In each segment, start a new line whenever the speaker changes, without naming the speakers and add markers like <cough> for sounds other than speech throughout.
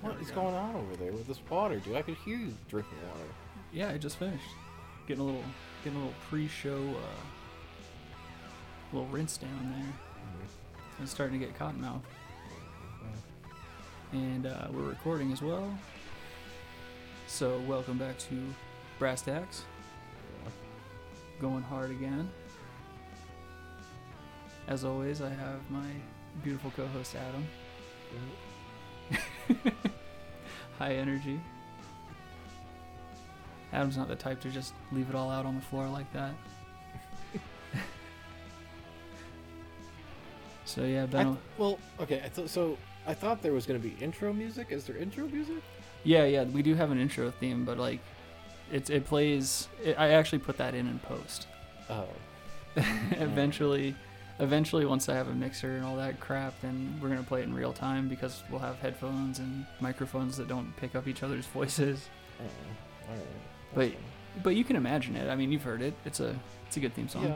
What is going on over there with this water, dude? I could hear you drinking water.
Yeah, I just finished. Getting a little, getting a little pre-show, uh, little rinse down there. It's starting to get cotton mouth. And uh, we're recording as well. So welcome back to Brass Tacks. Going hard again. As always, I have my beautiful co-host Adam. High energy. Adam's not the type to just leave it all out on the floor like
<laughs>
that. so yeah,
I
Ben.
th- well, okay. I th- so I thought there was going to be intro music. Is there intro music?
Yeah, yeah, we do have an intro theme, but like, it's it plays. It, I actually put that in in post. <laughs>
Oh,
eventually, eventually, once I have a mixer and all that crap, then we're gonna play it in real time because we'll have headphones and microphones that don't pick up each other's <laughs> voices.
oh, all right.
But- But you can imagine it. I mean, you've heard it. It's a it's a good theme
yeah,
song.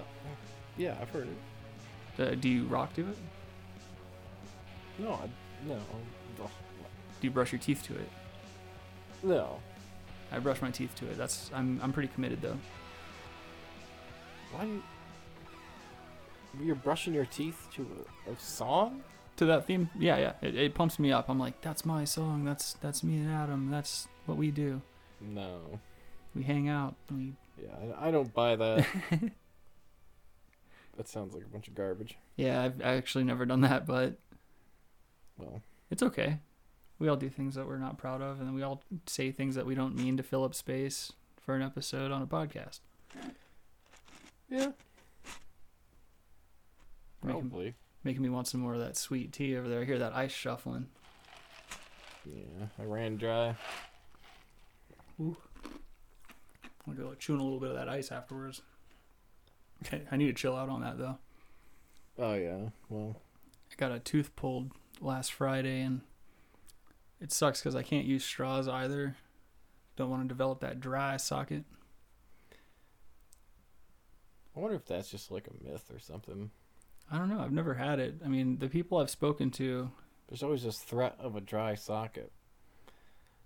yeah, I've heard it.
Uh, do you rock to it?
No, I, no,
Do you brush your teeth to it?
no.
I brush my teeth to it. That's I'm I'm pretty committed though.
Why? Do you, you're brushing your teeth to a, a song?
to that theme. Yeah, yeah. It, it pumps me up. I'm like, that's my song. That's that's me and Adam. That's what we do.
No.
We hang out. We
Yeah, I, I don't buy that. that sounds like a bunch of garbage.
yeah. I've actually never done that, but
Well,
it's okay. We all do things that we're not proud of, and then we all say things that we don't mean to fill up space for an episode on a podcast.
yeah,
Making,
probably.
making me want some more of that sweet tea over there. I hear that ice shuffling.
Yeah, I ran dry.
I'm gonna go chewing a little bit of that ice afterwards. Okay, I need to chill out on that though.
Oh yeah. Well,
I got a tooth pulled last Friday, and it sucks because I can't use straws either. Don't want to develop that dry socket.
I wonder if that's just like a myth or something.
I don't know. I've never had it. I mean, the people I've spoken to,
There's always this threat of a dry socket,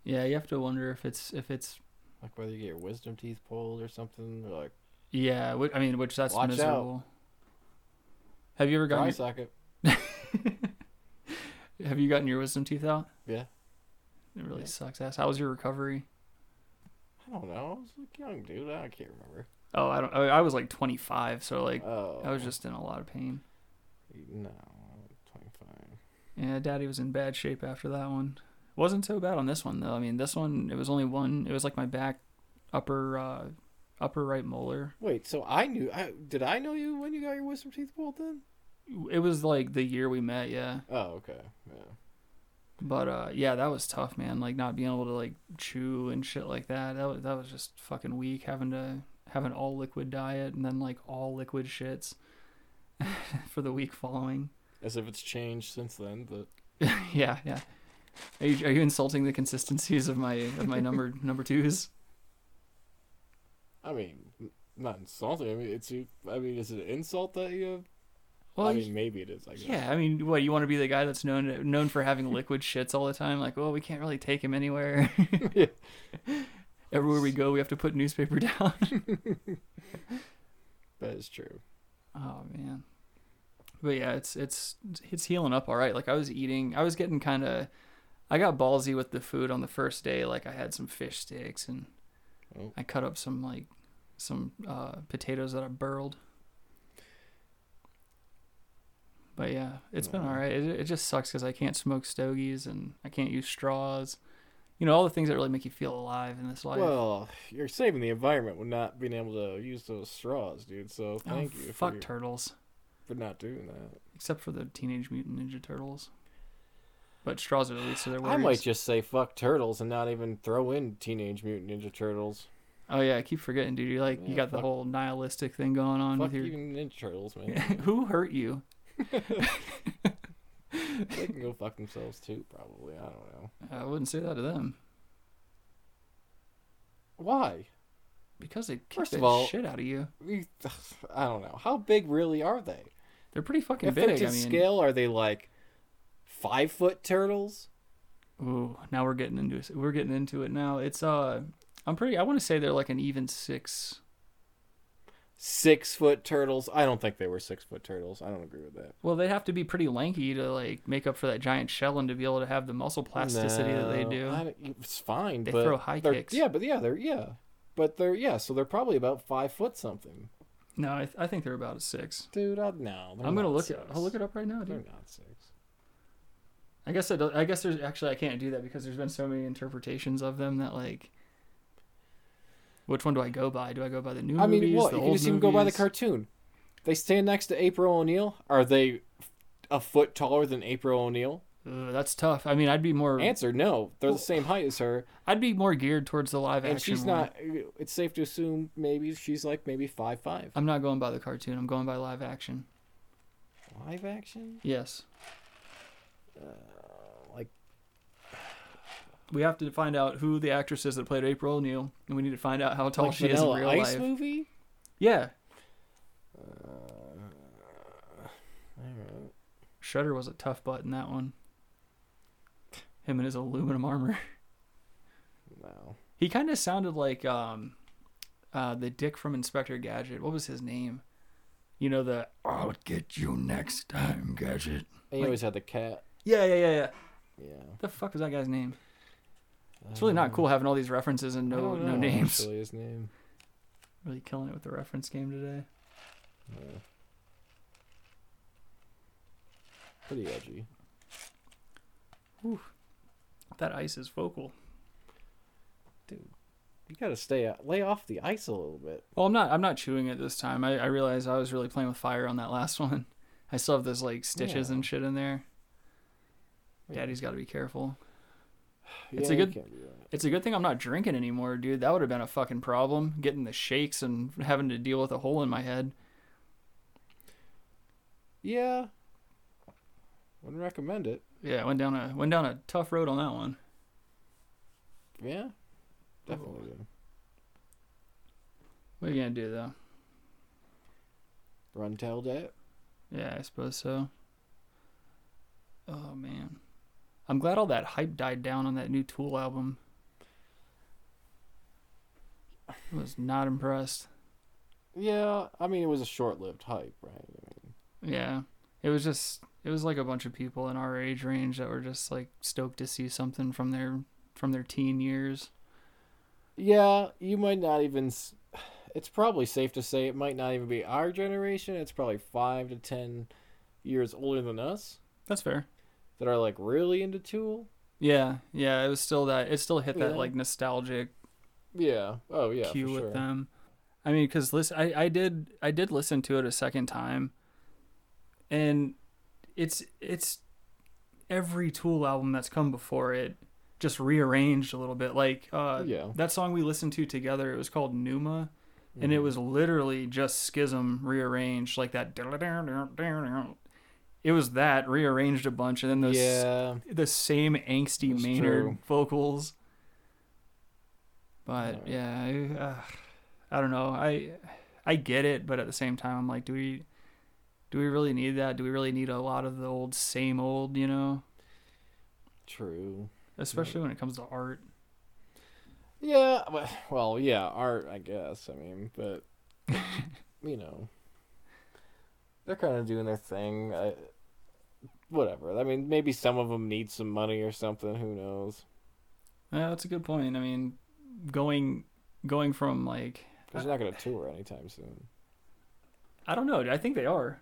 yeah, you have to wonder if it's if it's
like whether you get your wisdom teeth pulled or something. Or like
yeah. whi- I mean, which that's
Watch out.
miserable. Have you ever
dry
gotten
socket.
your, Have you gotten your wisdom teeth out?
Yeah.
It really
Yeah.
sucks ass. How was your recovery?
I don't know. I was like young dude. I can't remember.
Oh, I don't. I I was like 25, so like
Oh,
I was just in a lot of pain.
no, twenty five.
Yeah, Daddy was in bad shape after that one. Wasn't so bad on this one though. I mean, this one it was only one. It was like my back, upper, uh, upper right molar.
Wait, so I knew. I did I know you when you got your wisdom teeth pulled then?
It was like the year we met, yeah.
Oh, okay. Yeah.
But uh, yeah, that was tough, man. Like not being able to like chew and shit like that. That was, that was just fucking weak. Having to have an all liquid diet and then like all liquid shits <laughs> for the week following. <laughs>
As if it's changed since then, but
yeah, yeah. Are you, are you insulting the consistencies of my of my number number twos?
I mean, n- not insulting. I mean, it's you. I mean, is it an insult that you have? <laughs>
Well,
I
you-
mean, maybe it is. I guess.
Yeah, I mean, what you want to be the guy that's known known for having
<laughs>
liquid shits all the time? Like, well, we can't really take him anywhere.
Yeah.
<laughs> Everywhere we go, we have to put newspaper <laughs> down.
that is true.
oh man, but yeah, it's it's it's healing up all right. Like I was eating, I was getting kind of, I got ballsy with the food on the first day. Like I had some fish sticks and
Oh.
I cut up some like some uh, potatoes that I burled. But yeah, it's been
Yeah.
all right. It, it just sucks because I can't smoke stogies and I can't use straws. You know, all the things that really make you feel alive in this life.
Well, you're saving the environment with not being able to use those straws, dude. So
Oh,
thank you
fuck
for, your-
turtles.
for not doing that.
Except for the Teenage Mutant Ninja Turtles. But straws are released, so they're
I might
warriors.
just say fuck turtles and not even throw in Teenage Mutant Ninja Turtles.
Oh, yeah, I keep forgetting, dude. You're like, you
Yeah,
got the
fuck-
whole nihilistic thing going on
fuck
with your.
even Ninja Turtles,
<laughs>
man.
Who hurt you?
they can go fuck themselves too, probably. I don't know.
I wouldn't say that to them.
Why?
Because they kick
First
the
of all-
shit out of you.
We- <sighs> I don't know. How big really are they?
They're pretty fucking
If they're
big.
to
I mean,
scale, are they like five foot turtles?
Ooh, now we're getting into it. We're getting into it now. It's uh, I'm pretty. I want to say they're like an even six.
Six foot turtles. I don't think they were six foot turtles. I don't agree with that.
Well, they'd have to be pretty lanky to like make up for that giant shell and to be able to have the muscle plasticity that they
No,
do.
I don't- it's fine.
They
but
throw high
they're-
kicks.
Yeah, but yeah, they're yeah, but they're yeah. So they're probably about five foot something,
No, I, I think they're about a six.
dude. I, no, they're
I'm gonna
not
look
six.
it. I'll look it up right now,
They're
dude.
not six.
I guess I, don't- I guess there's actually I can't do that because there's been so many interpretations of them that like. Which one do I go by? Do I go by the new
I
movies?
mean, what?
the
You
old
can just even go by the
movies?
cartoon. They stand next to April O'Neil. Are they a foot taller than April O'Neil?
Ugh, that's tough. I mean, I'd be more.
Answer: No,
Oh.
they're the same height as her,
I'd be more geared towards the live
and
action.
she's
one.
not. It's safe to assume maybe she's like maybe five five.
I'm not going by the cartoon. I'm going by live action.
Live action,
Yes,
Uh, like
we have to find out who the actress is that played April O'Neil, and we need to find out how tall
like
she is in
Vanilla
real
Ice
life.
movie.
Yeah,
Uh, I don't know.
Shredder was a tough butt in that one. Him and his aluminum armor. <laughs>
No.
He kind of sounded like um, uh, the dick from Inspector Gadget. What was his name? You know the I'll get you next time, Gadget.
And he
Like-
always had the cat.
Yeah, yeah, yeah, yeah.
Yeah.
The fuck was that guy's name? It's really not cool having all these references and
I
no
don't
no
know,
names.
actually, his name.
Really killing it with the reference game today.
Yeah. Pretty edgy.
That ice is vocal.
You gotta stay out, lay off the ice a little bit.
Well, I'm not. I'm not chewing it this time. I, I realized I was really playing with fire on that last <laughs> one. I still have those like stitches
Yeah.
and shit in there. Daddy's got to be careful. It's
Yeah,
a
you
good-
can't do that.
It's a good thing I'm not drinking anymore, dude. That would have been a fucking problem. Getting the shakes and having to deal with a hole in my head.
Yeah. Wouldn't recommend it.
Yeah, I went down a went down a tough road on that one.
Yeah. Definitely. do.
What are you gonna do though?
Run tell that.
Yeah, I suppose so. Oh man, I'm glad all that hype died down on that new Tool album. I was not impressed.
Yeah, I mean it was a short-lived hype, right? I mean,
Yeah. It was just it was like a bunch of people in our age range that were just like stoked to see something from their from their teen years.
yeah, you might not even. s- It's probably safe to say it might not even be our generation. It's probably five to ten years older than us
That's fair.
that are like really into Tool.
Yeah. Yeah, it was still that it still hit that
Yeah.
like nostalgic
Yeah. Oh yeah.
cue
for sure.
with them. I mean, cuz listen I I did I did listen to it a second time. And it's it's every Tool album that's come before it just rearranged a little bit like uh
Yeah.
that song we listened to together it was called Numa. and it
Mm-hmm.
was literally just schism rearranged like that it was that rearranged a bunch and then those
yeah.
the same angsty
That's
Maynard
true.
vocals but
Yeah.
yeah, I, uh, I don't know I I get it but at the same time I'm like do we do we really need that do we really need a lot of the old same old you know
True.
especially when it comes to art
Yeah. well- Well, yeah, art, I guess. I mean,
<laughs>
but you know, they're kind of doing their thing. I, whatever. I mean, maybe some of them need some money or something. Who knows?
yeah, that's a good point I mean going going from like
Because they're not going to tour anytime soon.
I don't know. I think they are.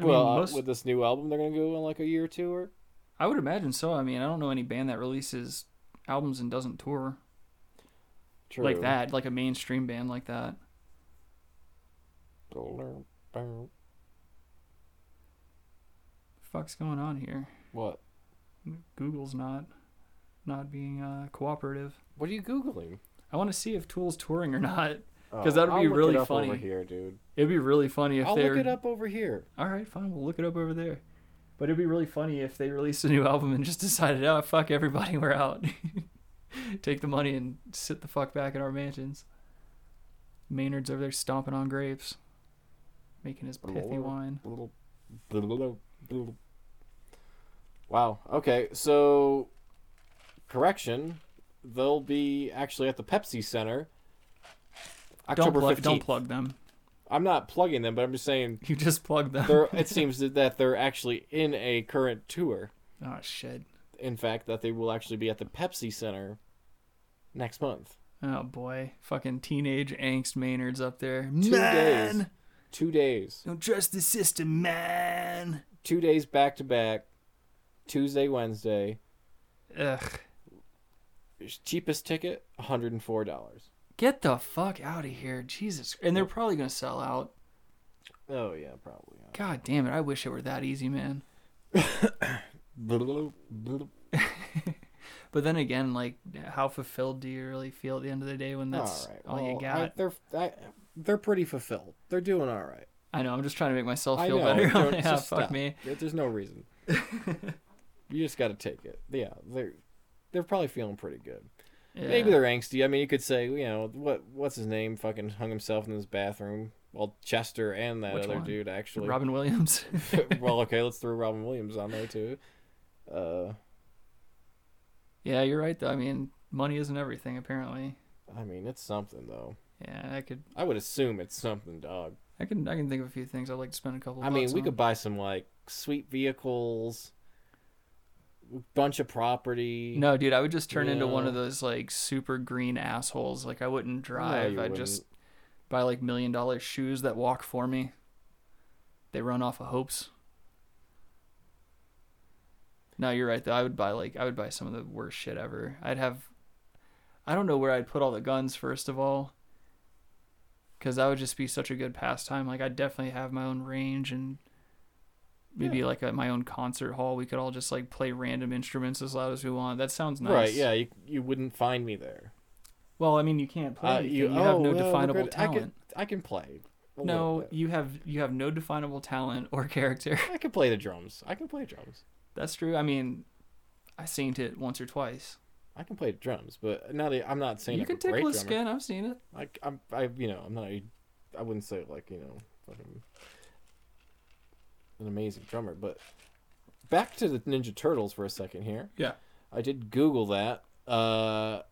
I
well,
mean,
uh,
most,
with this new album, they're going to go on like a year tour.
I would imagine so. I mean, I don't know any band that releases albums and doesn't tour
True.
like that, like a mainstream band like that. Fuck's going on here?
What?
Google's not not being uh, cooperative.
What are you googling?
I want to see if Tool's touring or not.
Oh,
'Cause that'd
I'll
be
look
really
it up Over
funny.
here, dude.
It'd be really funny if
I'll
they're
look it up over here.
all right. Fine, we'll look it up over there. But it'd be really funny if they released a new album and just <laughs> decided, oh fuck everybody, we're out. <laughs> Take the money and sit the fuck back in our mansions. Maynard's over there stomping on grapes, making his pithy
Oh, Lord.
wine.
Wow. Okay. So correction, they'll be actually at the Pepsi Center.
Don't
October
plug,
15th.
don't plug them. <laughs>
I'm not plugging them, but I'm just saying
You just plug them. <laughs>
they're, it seems that, that they're actually in a current tour.
oh shit.
In fact, that they will actually be at the Pepsi Center next month.
Oh boy, fucking teenage angst Maynard's up there.
Two
man,
days. Two days.
don't trust the system, man.
Two days back to back. Tuesday, Wednesday.
Ugh,
Cheapest ticket, $104.
get the fuck out of here, Jesus! And they're probably gonna sell out.
Oh, yeah, probably.
God damn it! I wish it were that easy, man. But then again, like, how fulfilled do you really feel at the end of the day when that's all, you
well,
got?
I-
I,
they're I, they're pretty fulfilled. They're doing all right.
know. I'm just trying to make myself
I
feel
know.
better. <laughs>
don't-
yeah, fuck
just stop.
me.
There- There's no reason. you just got to take it. Yeah, they're they're probably feeling pretty good. Maybe
Yeah.
they're angsty. I mean, you could say you know what what's his name fucking hung himself in his bathroom. Well, Chester and that
Which
other
one?
dude
<laughs>
actually.
Robin Williams.
<laughs> well, okay, let's throw Robin Williams on there too. Uh,
yeah, you're right. Though I mean, money isn't everything, apparently.
I mean, it's something though.
Yeah, I could,
I would assume it's something, dog.
I can, I can think of a few things I'd like to spend a couple.
I mean,
bucks
we
on.
could buy some like sweet vehicles, bunch of property.
No, dude, I would just turn into one
Yeah.
of those like super green assholes. Like I wouldn't drive.
you
I'd just buy like million dollar shoes that walk for me. They run off of hopes. No, you're right though. I would buy like I would buy some of the worst shit ever. I'd have I don't know where I'd put all the guns first of all. Cause that would just be such a good pastime. Like I'd definitely have my own range and maybe like a, my own concert hall. We could all just like play random instruments as loud as we want. That sounds nice.
Right? Yeah, you, you wouldn't find me there.
Well, I mean, you can't play.
Uh,
anything. you have
oh,
no
well,
definable
good.
talent.
I can, I can play. a little
No,
bit.
you have you have no definable talent or <laughs> character.
I can play the drums. I can play drums.
That's true. I mean, I seen it once or twice.
I can play drums, but not. A, I'm not saying
you
I'm
can
a great
tickle his
drummer.
skin. I've seen it.
Like I'm, I you know, I'm not. a- I wouldn't say like you know, fucking an amazing drummer. But back to the Ninja Turtles for a second here.
Yeah.
I did Google that. Uh,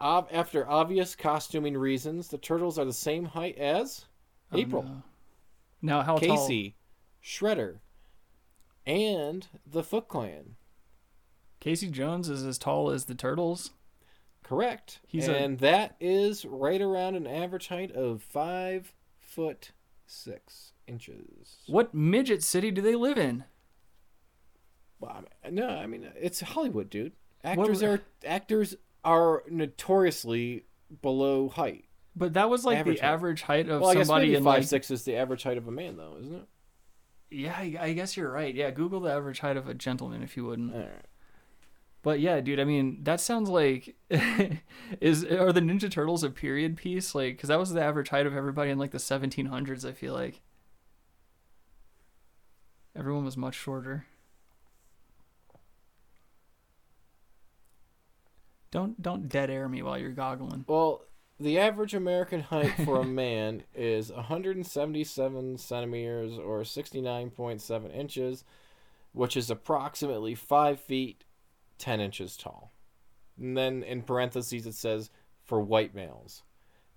ob- after obvious costuming reasons, the turtles are the same height as April,
uh, Now Um, how
Casey, Shredder, and the Foot Clan.
tall? Casey Jones is as tall as the turtles.
Correct.
He's a-
and that is right around an average height of five foot six inches.
What midget city do they live in?
Well, I mean, no, I mean it's Hollywood, dude. Actors
What-
are actors are notoriously below height.
But that was like
Average
the
height.
average height of
Well, I guess
somebody
maybe
in
five
like.
six is the average height of a man, though, isn't it?
Yeah, I, I guess you're right. Yeah, Google the average height of a gentleman if you wouldn't.
All right.
But yeah, dude, I mean, that sounds like <laughs> is are the Ninja Turtles a period piece? Like, because that was the average height of everybody in like the 1700s. I feel like everyone was much shorter. Don't don't dead air me while you're goggling.
Well, the average American height for a man is 177 centimeters or 69.7 inches, which is approximately 5 feet 10 inches tall. And then in parentheses it says for white males.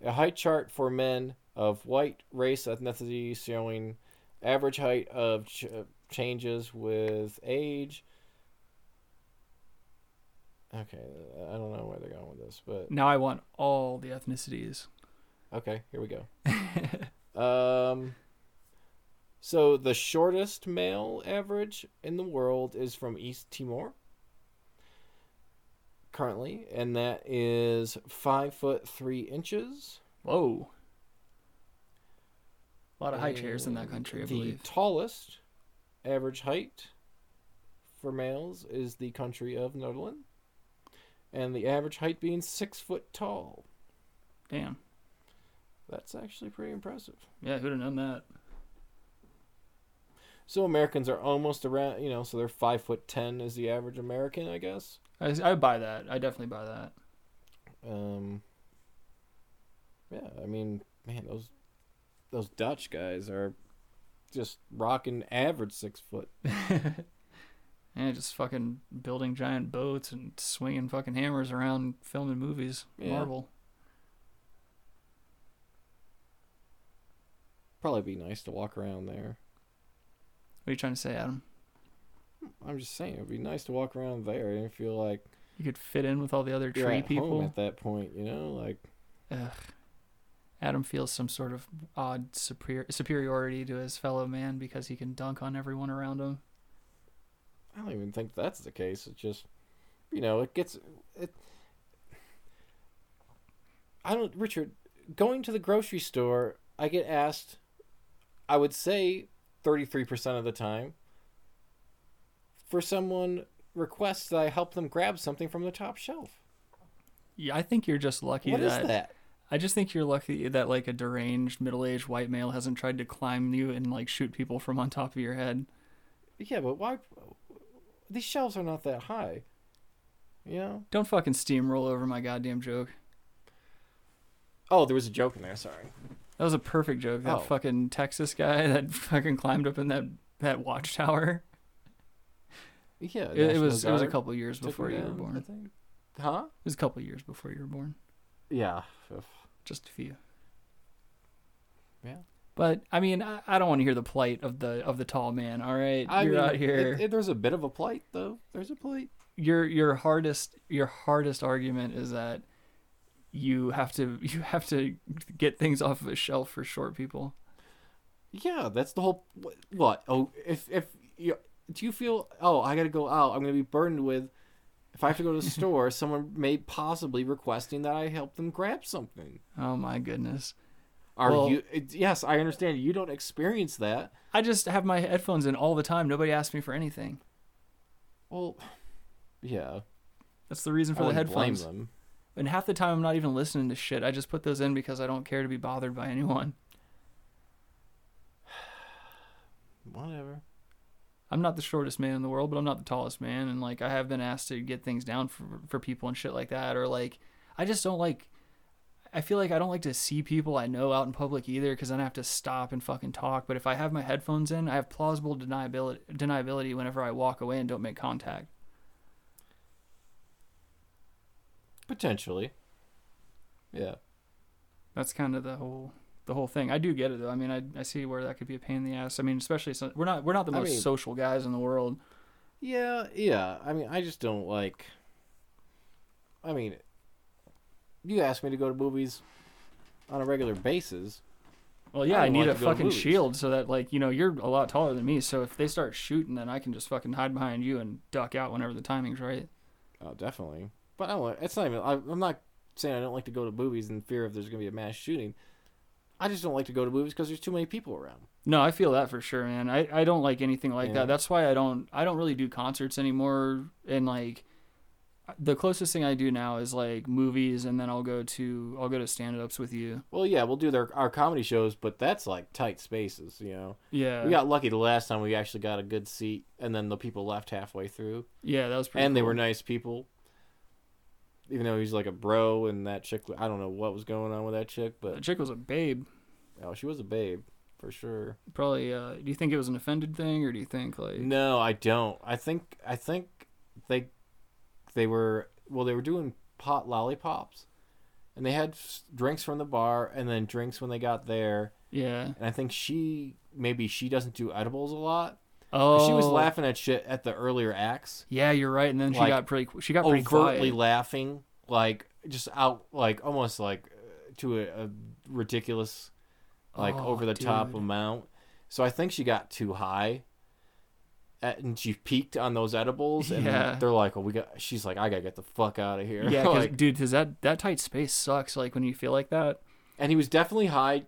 A height chart for men of white race ethnicity showing average height of ch- changes with age. Okay, I don't know where they're going with this, but
Now I want all the ethnicities.
Okay, here we
<laughs>
go. um, so the shortest male average in the world is from East Timor currently, and that is five foot three inches.
Whoa, a lot of high chairs in that
And
country, I
the
believe.
tallest average height for males is the country of Netherlands, and the average height being six foot tall.
Damn.
That's actually pretty impressive.
Yeah, who'd have known that?
So Americans are almost around, you know, so they're five foot ten is the average American, I guess.
I I buy that. I definitely buy that.
Um, yeah, I mean, man, those those Dutch guys are just rocking average six foot.
Yeah, just fucking building giant boats and swinging fucking hammers around, filming movies.
Yeah.
Marvel.
Probably be nice to walk around there.
What are you trying to say, Adam?
I'm just saying, it'd be nice to walk around there and feel like
You could fit in with all the other
you're
tree
at home
people.
at that point. You know, like
Ugh. Adam feels some sort of odd superior superiority to his fellow man because he can dunk on everyone around him.
I don't even think that's the case. It's just, you know, it gets it. I don't, Richard. Going to the grocery store, I get asked. I would say, thirty-three percent of the time. For someone requests that I help them grab something from the top shelf.
Yeah, I think you're just lucky
What is
that,
that?
I just think you're lucky that like a deranged middle-aged white male hasn't tried to climb you and like shoot people from on top of your head.
Yeah, but why? These shelves are not that high. You know.
Don't fucking steamroll over my goddamn joke.
Oh, there was a joke in there. Sorry.
That was a perfect joke. That
Oh.
fucking Texas guy <laughs> that fucking climbed up in that that watchtower.
Yeah.
It, it
National
was it was a
Guard
couple years
took
before
me
you were
down, I
born. It
think. Huh?
was a couple years before you were born.
Yeah.
just a few.
Yeah.
But I mean, I, I don't want to hear the plight of the of the tall man. All right,
I
you're
mean,
out here.
it- it- there's a bit of a plight, though. There's a plight.
your your hardest your hardest argument is that you have to <laughs> you have to get things off of a shelf for short people.
Yeah, that's the whole. wh- What? Oh, if if you do you feel? Oh, I gotta go out. I'm gonna be burdened with. If I have to go to
<laughs>
the store, someone may possibly requesting that I help them grab something.
Oh my goodness.
Are
Well-
you? It, yes, I understand. You don't experience that.
I just have my headphones in all the time. Nobody asks me for anything.
Well, yeah.
That's the reason
I
for the
wouldn't blame
headphones.
them.
And half the time I'm not even listening to shit. I just put those in because I don't care to be bothered by anyone.
Whatever.
I'm not the shortest man in the world, but I'm not the tallest man, and like I have been asked to get things down for for people and shit like that, or like I just don't like. I feel like I don't like to see people I know out in public either, because then I have to stop and fucking talk. But if I have my headphones in, I have plausible deniability deniability whenever I walk away and don't make contact.
Potentially. Yeah.
That's kind of the whole the whole thing. I do get it though. I mean, I, I see where that could be a pain in the ass. I mean, especially since we're not we're not the
I
most
mean-
social guys in the world.
Yeah, yeah. I mean, I just don't like. I mean, you ask me to go to movies on a regular basis.
Well, yeah, I,
don't
need
like to
a
go to
fucking
movies.
shield so that, like, you know, you're a lot taller than me. So if they start shooting, then I can just fucking hide behind you and duck out whenever the timing's right.
Oh, definitely. But I don't. like- It's not even. I, I'm not saying I don't like to go to movies in fear of there's going to be a mass shooting. I just don't like to go to movies because there's too many people around.
No, I feel that for sure, man. I, I don't like anything like
Yeah.
that. That's why I don't I don't really do concerts anymore. And like, the closest thing I do now is like movies, and then I'll go to I'll go to stand ups with you.
Well, yeah, we'll do their our comedy shows, but that's like tight spaces. You know,
Yeah,
we got lucky the last time we actually got a good seat, and then the people left halfway through.
yeah, that was pretty.
and they
cool.
were nice people. Even though he's like a bro, and that chick, I don't know what was going on with that chick,
The
but
chick was a babe.
oh, she was a babe for sure.
Probably. Uh, do you think it was an offended thing, or do you think like?
No, I don't. I think I think they they were well, they were doing pot lollipops, and they had s- drinks from the bar, and then drinks when they got there.
Yeah.
And I think she maybe she doesn't do edibles a lot.
Oh,
She was laughing at shit at the earlier acts.
Yeah, you're right. And then she
Like,
got pretty. She got pretty
overtly
quiet.
laughing, like just out, like almost like uh, to a, a ridiculous, like
Oh,
over the top
dude.
amount. So I think she got too high, at, and she peaked on those edibles, and
Yeah.
they're like, "Well, we got." She's like, "I gotta get the fuck out of here." <laughs>
Yeah, 'cause-
like,
dude, because that that tight space sucks. Like when you feel like that.
and he was definitely high,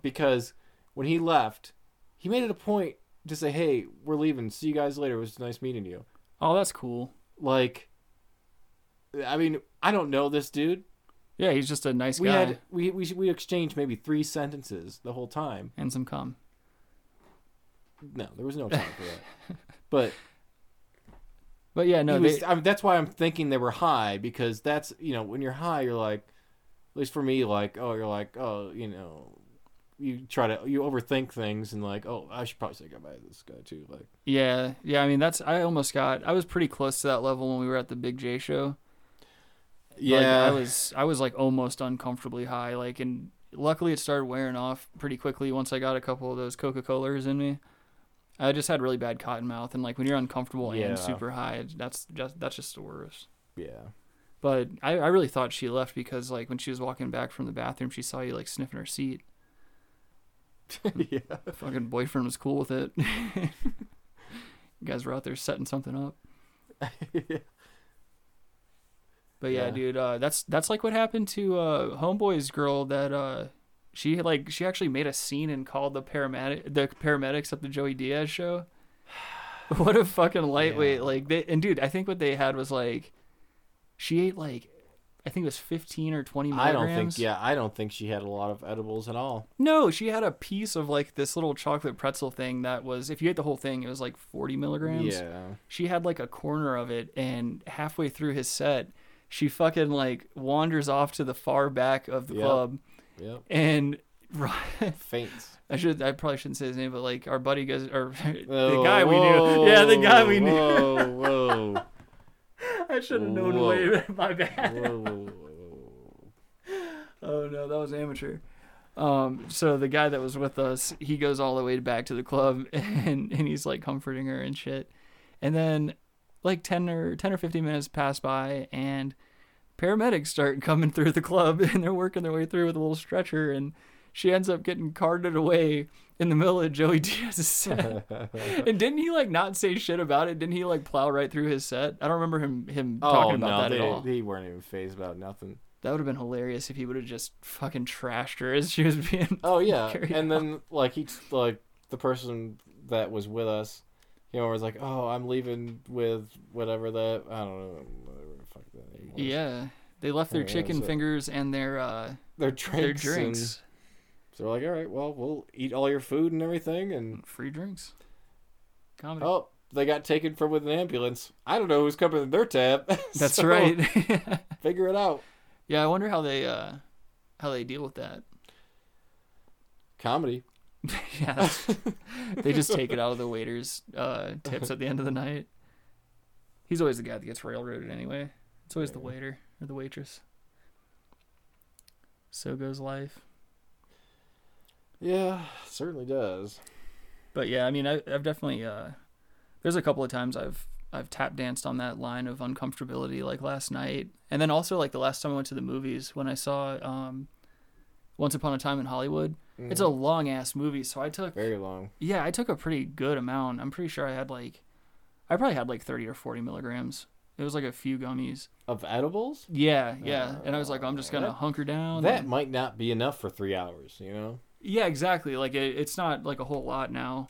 because when he left, he made it a point to say, "Hey, we're leaving. See you guys later. It was nice meeting you."
Oh, that's cool.
Like, I mean, I don't know this dude.
Yeah, he's just a nice
we
guy
had we, we we exchanged maybe three sentences the whole time.
and some cum.
No, there was no time for that.
<laughs>
But
But yeah, no,
he was,
they,
I mean, that's why I'm thinking they were high because that's you know when you're high you're like, at least for me like oh you're like oh you know you try to you overthink things and like, oh, I should probably say goodbye to this guy too. Like,
Yeah, yeah. I mean, that's I almost got. I was pretty close to that level when we were at the Big J show. Like,
yeah,
I was I was like almost uncomfortably high. Like, and luckily it started wearing off pretty quickly once I got a couple of those Coca Colas in me. I just had really bad cotton mouth, and like when you're uncomfortable
Yeah.
and super high, that's just that's just the worst. <laughs>
yeah,
But I, I really thought she left because like when she was walking back from the bathroom, she saw you like sniffing her seat.
yeah.
Fucking boyfriend was cool with it.
<laughs>
you guys were out there setting something up. But yeah,
Yeah.
dude, uh, that's that's like what happened to uh, Homeboy's girl. That uh, she like she actually made a scene and called the paramedic the paramedics at the Joey
<sighs>
Diaz show. What a fucking lightweight!
Yeah.
Like they and dude, I think what they had was like, she ate like, I think it was fifteen or twenty
I
milligrams.
don't think. Yeah, I don't think she had a lot of edibles at all.
No, she had a piece of like this little chocolate pretzel thing that was if you ate the whole thing, it was like forty milligrams
Yeah.
she had like a corner of it and halfway through his set she fucking like wanders off to the far back of the
Yep.
club
Yep.
and <laughs> Ryan-
Faints.
I should I probably shouldn't say his name but like our buddy goes or <laughs> the guy we knew yeah the guy we knew
Whoa, whoa, Oh, whoa,
<laughs> I should have known
Whoa.
way better. my bad
whoa, whoa, whoa.
oh no that was amateur um so the guy that was with us he goes all the way back to the club <laughs> and and he's like comforting her and shit and then like 10 or 10 or 15 minutes pass by and paramedics start <laughs> coming through the club and they're working their way through with a little stretcher and she ends up getting carted away in the middle of Joey <laughs>
<laughs>
Diaz's set. and didn't he like not say shit about it? Didn't he like plow right through his set? I don't remember him him talking
oh
about
no,
that
they,
at all.
they weren't even phased about nothing.
That would have been hilarious if he would have just fucking trashed her as she was
<laughs>
being.
Oh yeah,
Carry
and then like he like the person that was with us, you know, was like, "Oh, I'm leaving with whatever that I don't know, whatever the fuck that name was.
Yeah, they left their
Oh, Yeah,
chicken
so-
fingers and their uh,
their drinks.
their
and-
drinks,
so we're like, "All right, well, we'll eat all your food and everything." And
free drinks. Comedy.
oh, they got taken from with an ambulance. I don't know who's covering their tab.
<laughs>
<laughs>
That's
so
right. <laughs>
Figure it out.
yeah, I wonder how they uh, how they deal with that. <laughs>
Comedy.
yeah,
<laughs>
that's- they just take it out of the waiter's uh, tips at the end of the night. He's always the guy that gets railroaded anyway. It's always the
Yeah.
waiter or the waitress. So goes life.
Yeah, certainly does.
But yeah, I mean, I, I've definitely uh, there's a couple of times I've I've tap danced on that line of uncomfortability, like last night, and then also like the last time I went to the movies when I saw um, Once Upon a Time in Hollywood. It's a long ass movie, so I took
Mm. Very long.
yeah, I took a pretty good amount. I'm pretty sure I had like, I probably had like 30 or 40 milligrams. It was like a few gummies.
Of edibles?
Yeah, yeah. And I was like, I'm just gonna
Uh, That-
hunker down.
That might not be enough for three hours, you know?
yeah, exactly. Like it, it's not like a whole lot now,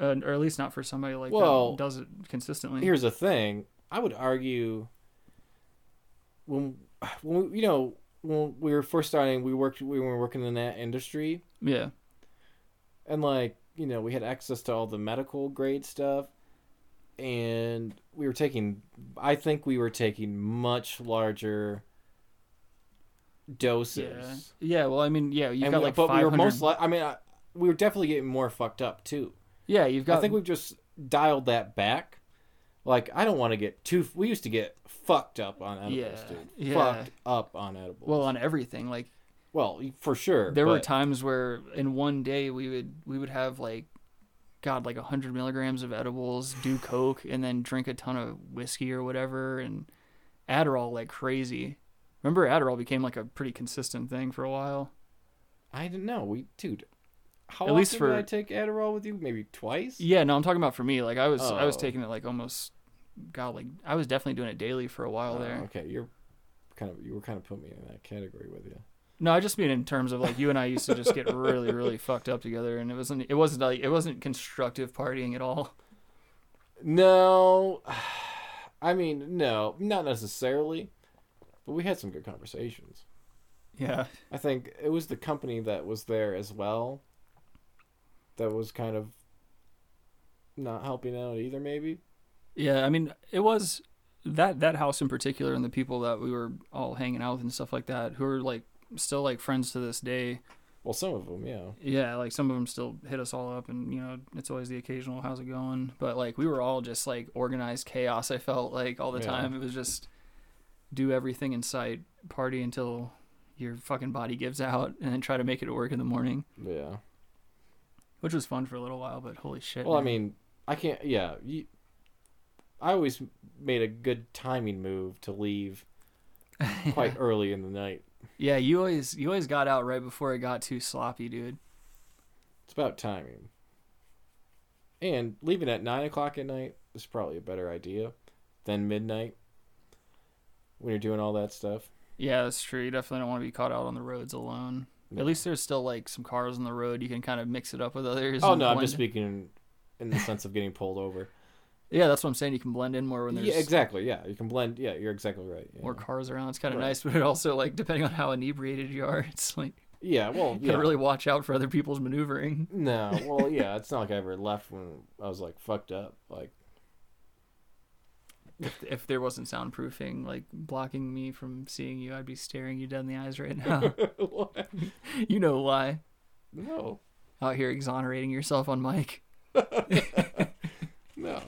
uh, or at least not for somebody like
Well,
that does it consistently.
here's the thing i would argue when, when we, you know when we were first starting we worked we were working in that industry
yeah,
and like you know we had access to all the medical grade stuff and we were taking i think we were taking much larger
yeah,
doses
yeah. Well, I mean, yeah, you've
and
got
we-
like
but
500.
we were most li- i mean I, we were definitely getting more fucked up too
yeah, you've got.
I think we've just dialed that back. Like I don't want to get too. We used to get fucked up on edibles,
Yeah,
dude.
yeah.
Fucked up on edibles.
well on everything. Like
well, for sure.
there were
but-
times where in one day we would we would have like god like 100 milligrams of edibles do coke and then drink a ton of whiskey or whatever and adderall like crazy remember adderall became like a pretty consistent thing for a while
I didn't know. We, dude. How
At least
often did
for-
I take Adderall with you? Maybe twice.
yeah no i'm talking about for me like i was i was
Oh.
taking it like almost god like i was definitely doing it daily for a while
Oh,
there
okay, you're kind of you were kind of putting me in that category with you.
no i just mean in terms of like you and i used to just get really really fucked up together and it wasn't it wasn't like it wasn't constructive partying at all <laughs>
No, <sighs> I mean no, not necessarily. But we had some good conversations.
yeah
I think it was the company that was there as well that was kind of not helping out either maybe.
Yeah, I mean, it was that that house in particular, and the people that we were all hanging out with and stuff like that, who are like still like friends to this day.
Well, some of them, yeah.
yeah, like some of them still hit us all up, and you know, it's always the occasional "How's it going?" But like we were all just like organized chaos. I felt like all the
Yeah.
time it was just do everything in sight, party until your fucking body gives out, and then try to make it to work in the morning,
Yeah.
which was fun for a little while. But holy shit!
Well, I
man.
mean, I can't. Yeah, you, I always made a good timing move to leave quite early in the night.
yeah, you always you always got out right before it got too sloppy, dude.
It's about timing. And leaving at nine o'clock at night is probably a better idea than midnight when you're doing all that stuff.
Yeah, that's true. You definitely don't want to be caught out on the roads alone.
No.
At least there's still like some cars on the road. You can kind of mix it up with others.
oh
and
no, I'm
blend-
just speaking in the sense of getting pulled
<laughs>
over.
Yeah, that's what I'm saying. You can blend in more when there's
Yeah, exactly. Yeah, you can blend. Yeah, you're exactly right. Yeah.
more cars around. It's kind of
Right.
nice, but it also like depending on how inebriated you are, <laughs> it's like
yeah well,
<laughs> you
yeah.
gotta really watch out for other people's maneuvering.
No, well, yeah, it's not like I ever left when I was like fucked up. Like, <laughs>
If, if there wasn't soundproofing, like blocking me from seeing you, I'd be staring you dead in the eyes right <laughs> now.
what?
you know why?
No,
Out here exonerating yourself on mic.
no,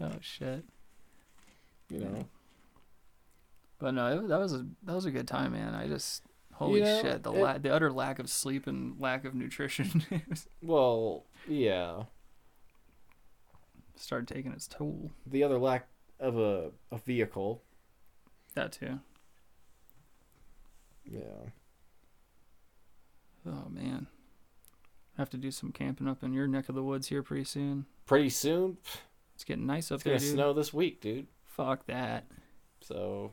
Oh shit.
you know.
But no, it, that was a that was a good time, man. I just holy
You know,
shit the
it-
la- the utter lack of sleep and lack of nutrition <laughs>
Well, yeah,
started taking its toll.
the other lack of a, a vehicle.
That too.
Yeah,
Oh man, I have to do some camping up in your neck of the woods here pretty soon.
pretty soon pff,
It's getting nice up
it's gonna
there, dude.
snow this week, dude.
Fuck that,
So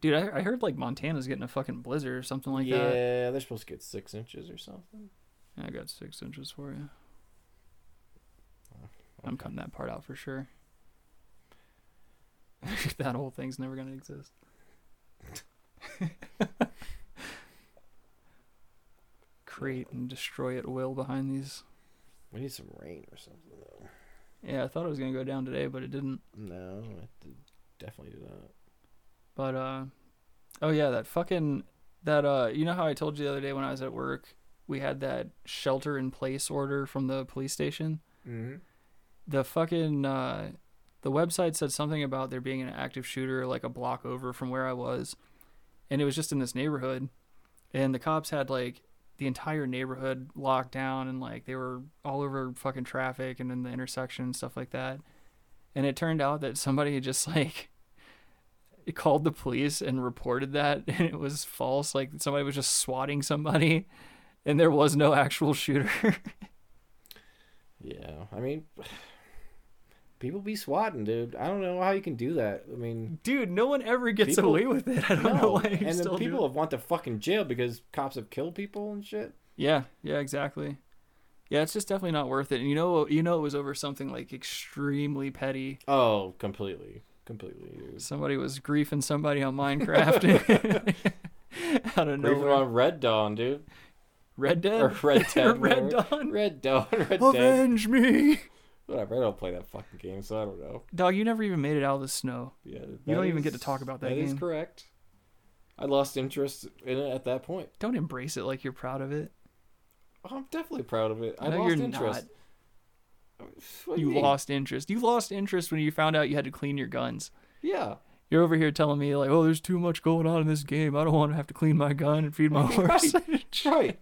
dude. I, I heard like Montana's getting a fucking blizzard or something like
yeah,
that.
they're supposed to get six inches or something.
I got six inches for you. I'm cutting that part out for sure. <laughs> that whole thing's never gonna exist. <laughs> Create and destroy at will behind these.
We need some rain or something though.
Yeah, I thought it was gonna go down today, but it didn't.
No, it did- definitely did not.
But uh oh yeah, that fucking that uh you know how I told you the other day when I was at work, we had that shelter in place order from the police station.
Mm-hmm.
The fucking uh the website said something about there being an active shooter like a block over from where I was. And it was just in this neighborhood and the cops had like the entire neighborhood locked down and like they were all over fucking traffic and in the intersection and stuff like that. And it turned out that somebody had just <laughs> like it called the police and reported that and it was false like somebody was just swatting somebody and there was no actual shooter
Yeah, I mean, people be swatting, dude. I don't know how you can do that. I mean.
dude no one ever gets
People-
away with it <laughs> i don't know
No.
why you
and
still
then
do
people
it.
have want to fucking jail because cops have killed people and shit.
yeah yeah exactly yeah it's just definitely not worth it and you know you know it was over something like extremely petty
Oh, completely, completely. Dude.
somebody was griefing somebody on minecraft
<laughs>
<laughs> out of
Even
nowhere
on Red Dawn, dude,
<laughs> red dead
or Red Dead,
<laughs> red
whatever.
dawn
Red Dawn, <laughs> Red Dead.
avenge me
Whatever. I don't play that fucking game, so I don't know.
dog you never even made it out of the snow
Yeah,
You don't
that
even get
is-
to talk about that
That is
game.
correct. I lost interest in it at that point.
don't embrace it like you're proud of it
Oh, I'm definitely proud of it. I
No,
lost
you're
interest. What do
you
mean?
lost interest. You lost interest when you found out you had to clean your guns.
Yeah.
You're over here telling me like, "Oh, there's too much going on in this game. I don't want to have to clean my gun and feed
<laughs>
my horse." <laughs>
Right.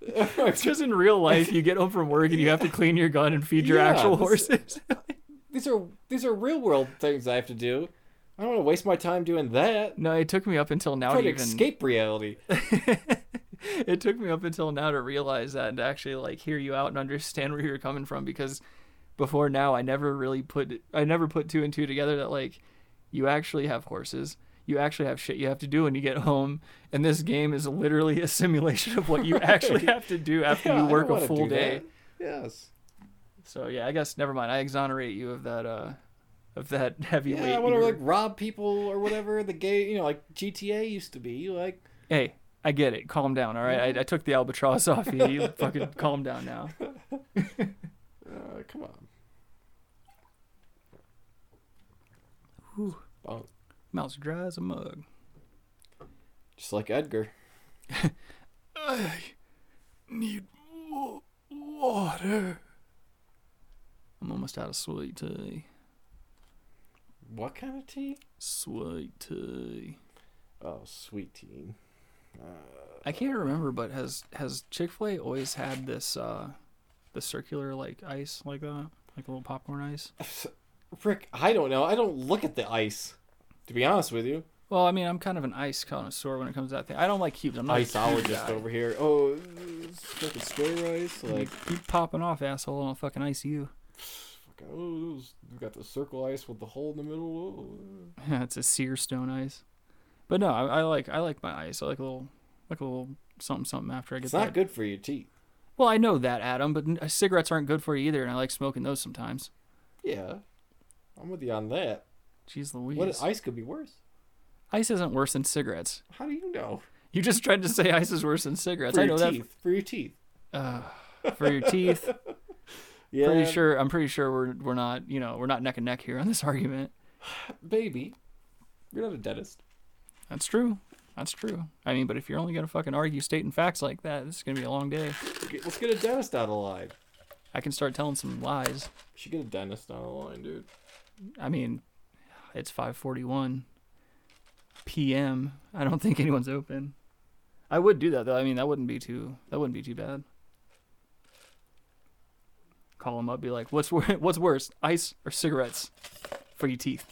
It's <laughs> just in real life, you get home from work and you have to clean your gun and feed your
Yeah,
actual
this-
horses. <laughs>
these are these are real world things I have to do. I don't want to waste my time doing that.
no, it took me up until now
Try
to
to
even.
escape reality.
It took me up until now to realize that and to actually like hear you out and understand where you're coming from because before now I never really put I never put two and two together that like you actually have horses. You actually have shit you have to do when you get home, and this game is literally a simulation of
<laughs>
what you <laughs> actually have to do after
Yeah, I
you
don't
work a
wanna
full
do
day.
that. Yes.
So yeah, I guess never mind. I exonerate you of that uh of that <laughs> heavy weight.
Yeah, I want to
you were-
like rob people or whatever. The game, you know, like GTA used to be. Like,
Hey, I get it. Calm down, all right? I, I took the albatross off you. <laughs> You fucking calm down now.
uh, come on.
Whew.
Bonk.
Mouth's dry as a mug.
Just like Edgar.
I need wa- water. I'm almost out of sweet tea.
What kind of tea?
Sweet tea.
Oh, sweet tea.
I can't remember, but has has Chick Fil A always had this uh, the circular like ice like that, like a little popcorn ice?
Rick, I don't know. I don't look at the ice. To be honest with you,
Well, I mean, I'm kind of an ice connoisseur when it comes to that thing. I don't like cubes. I'm not a cube
iceologist
guy.
over here. Oh, it's fucking square ice.
Mm-hmm.
Like,
Keep popping off, asshole, and I'll fucking ice you.
fucking, oh, those- you got the circle ice with the hole in the middle. Oh.
<laughs> it's a sear stone ice. But no, I, I like I like my ice. I like a little like a little something something after I get
It's
that.
not good for your teeth.
Well, I know that, Adam, but n- uh, cigarettes aren't good for you either, and I like smoking those sometimes.
Yeah, I'm with you on that.
Jeez Louise.
What ice could be worse?
ice isn't worse than cigarettes.
How do you know?
You just tried to <laughs> say ice is worse than cigarettes.
for
I
your
know
teeth. For your teeth.
that. Uh, for your
<laughs>
teeth.
Yeah,
Pretty sure I'm pretty sure we're we're not, you know, we're not neck and neck here on this <laughs> argument.
baby. You're not a dentist.
That's true. That's true. I mean, but if you're only gonna fucking argue stating facts like that, this is gonna be a long day.
Okay, Let's get a dentist out of line.
I can start telling some lies.
We should get a dentist out of line, dude.
I mean, it's 5:41 p.m. I don't think anyone's open. I would do that though. I mean, that wouldn't be too that wouldn't be too bad. Call them up, be like, "What's wor- <laughs> what's worse, ice or cigarettes for your teeth?"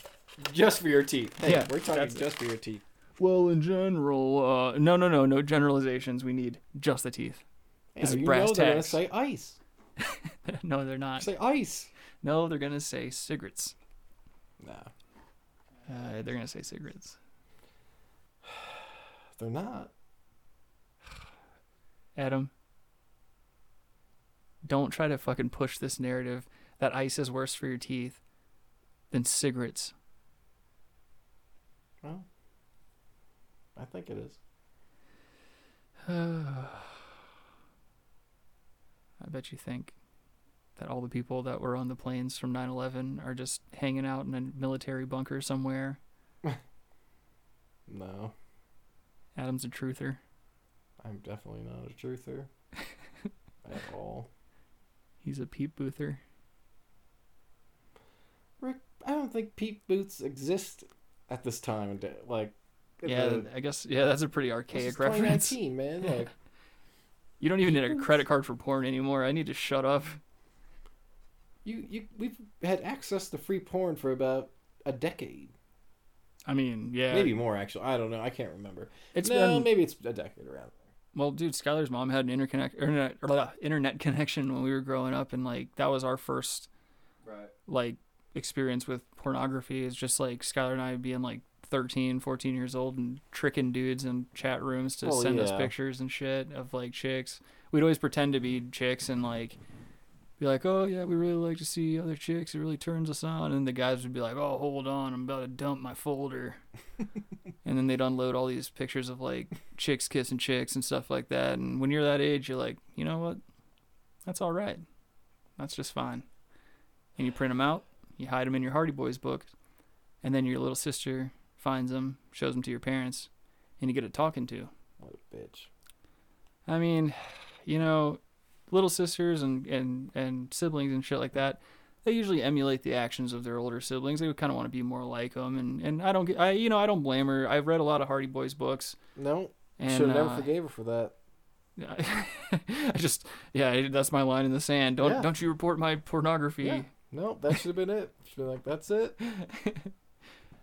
Just for your teeth. Hey,
Yeah,
we're talking
that's
just for your teeth.
Well, in general, uh, no, no, no, no generalizations. We need just the teeth. <laughs>
Yeah,
It's
you
brass
know they're gonna
tacks.
say ice.
no, they're not.
Say ice.
No, they're gonna say cigarettes.
Nah,
Uh, they're gonna say cigarettes.
they're not.
Adam, don't try to fucking push this narrative that ice is worse for your teeth than cigarettes. <sighs>
Well, I think it is.
I bet you think that all the people that were on the planes from 9 11 are just hanging out in a military bunker somewhere.
No,
Adam's a truther.
I'm definitely not a
<laughs>
truther at all.
He's a peep boother.
Rick, I don't think Pete Boots exist at this time and day. Like, at
Yeah,
the-
I guess. Yeah, that's a pretty
this is
archaic reference. <laughs>
2019, man. Like,
You don't even need
<laughs>
a credit card for porn anymore. I need to shut up.
you, you, we've had access to free porn for about a decade,
I mean, yeah.
maybe more actually. I don't know. I can't remember.
It's
no,
been
maybe it's a decade around.
Well, dude, Skylar's mom had an interconnect internet, blah, internet connection when we were growing up, and like that was our first
There. Right.
like experience with pornography. It's just like Skylar and I being like 13, 14 years old and tricking dudes in chat rooms to
Well,
send us
yeah.
pictures and shit of like chicks. We'd always pretend to be chicks and like be like, "Oh yeah, we really like to see other chicks. It really turns us on." And the guys would be like, "Oh, hold on, I'm about to dump my folder." and then they'd unload all these pictures of like chicks kissing chicks and stuff like that. And when you're that age, you're like, "You know what? That's all right. That's just fine." And you print them out, you hide them in your Hardy Boys book, and then your little sister finds them, shows them to your parents, and you get it talking to.
What a bitch.
I mean, you know, little sisters and, and, and siblings and shit like that, they usually emulate the actions of their older siblings. They would kind of want to be more like them, and, and I don't get, I you know I don't blame her. I've read a lot of Hardy Boys books,
No,
and
should have
uh,
never forgave her for that.
I <laughs> I just yeah, I- that's my line in the sand. Don't
Yeah.
don't you report my pornography?
Yeah. No, that should have been it. She'd been like, that's it.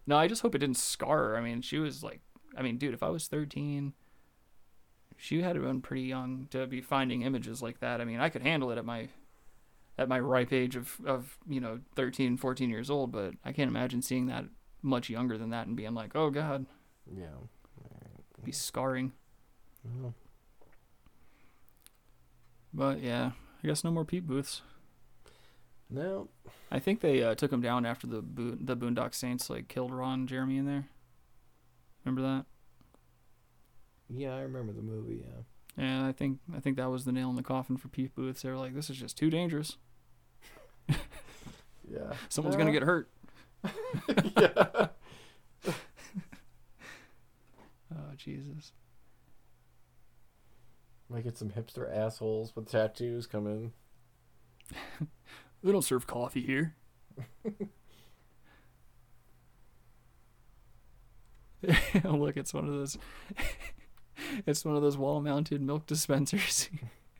No, I just hope it didn't scar her. I mean, she was like, I mean, dude, if I was 13, she had to have been pretty young to be finding images like that. I mean, I could handle it at my at my ripe age of of you know 13 14 years old but i can't imagine seeing that much younger than that and being like oh god
Yeah.
it'd be scarring
Well,
but yeah i guess no more peep booths
No,
i think they uh, took him down after the Bo- the boondock saints like killed ron and jeremy in there remember that
yeah, I remember the movie. Yeah.
Yeah, I think I think that was the nail in the coffin for Pete Booths. They were like, "This is just too dangerous.
Yeah. <laughs>
Someone's gonna get hurt."
yeah.
Oh Jesus.
Might get some hipster assholes with tattoos come in.
They don't serve coffee here. <laughs> Look, it's one of those. <laughs> it's one of those wall-mounted milk dispensers.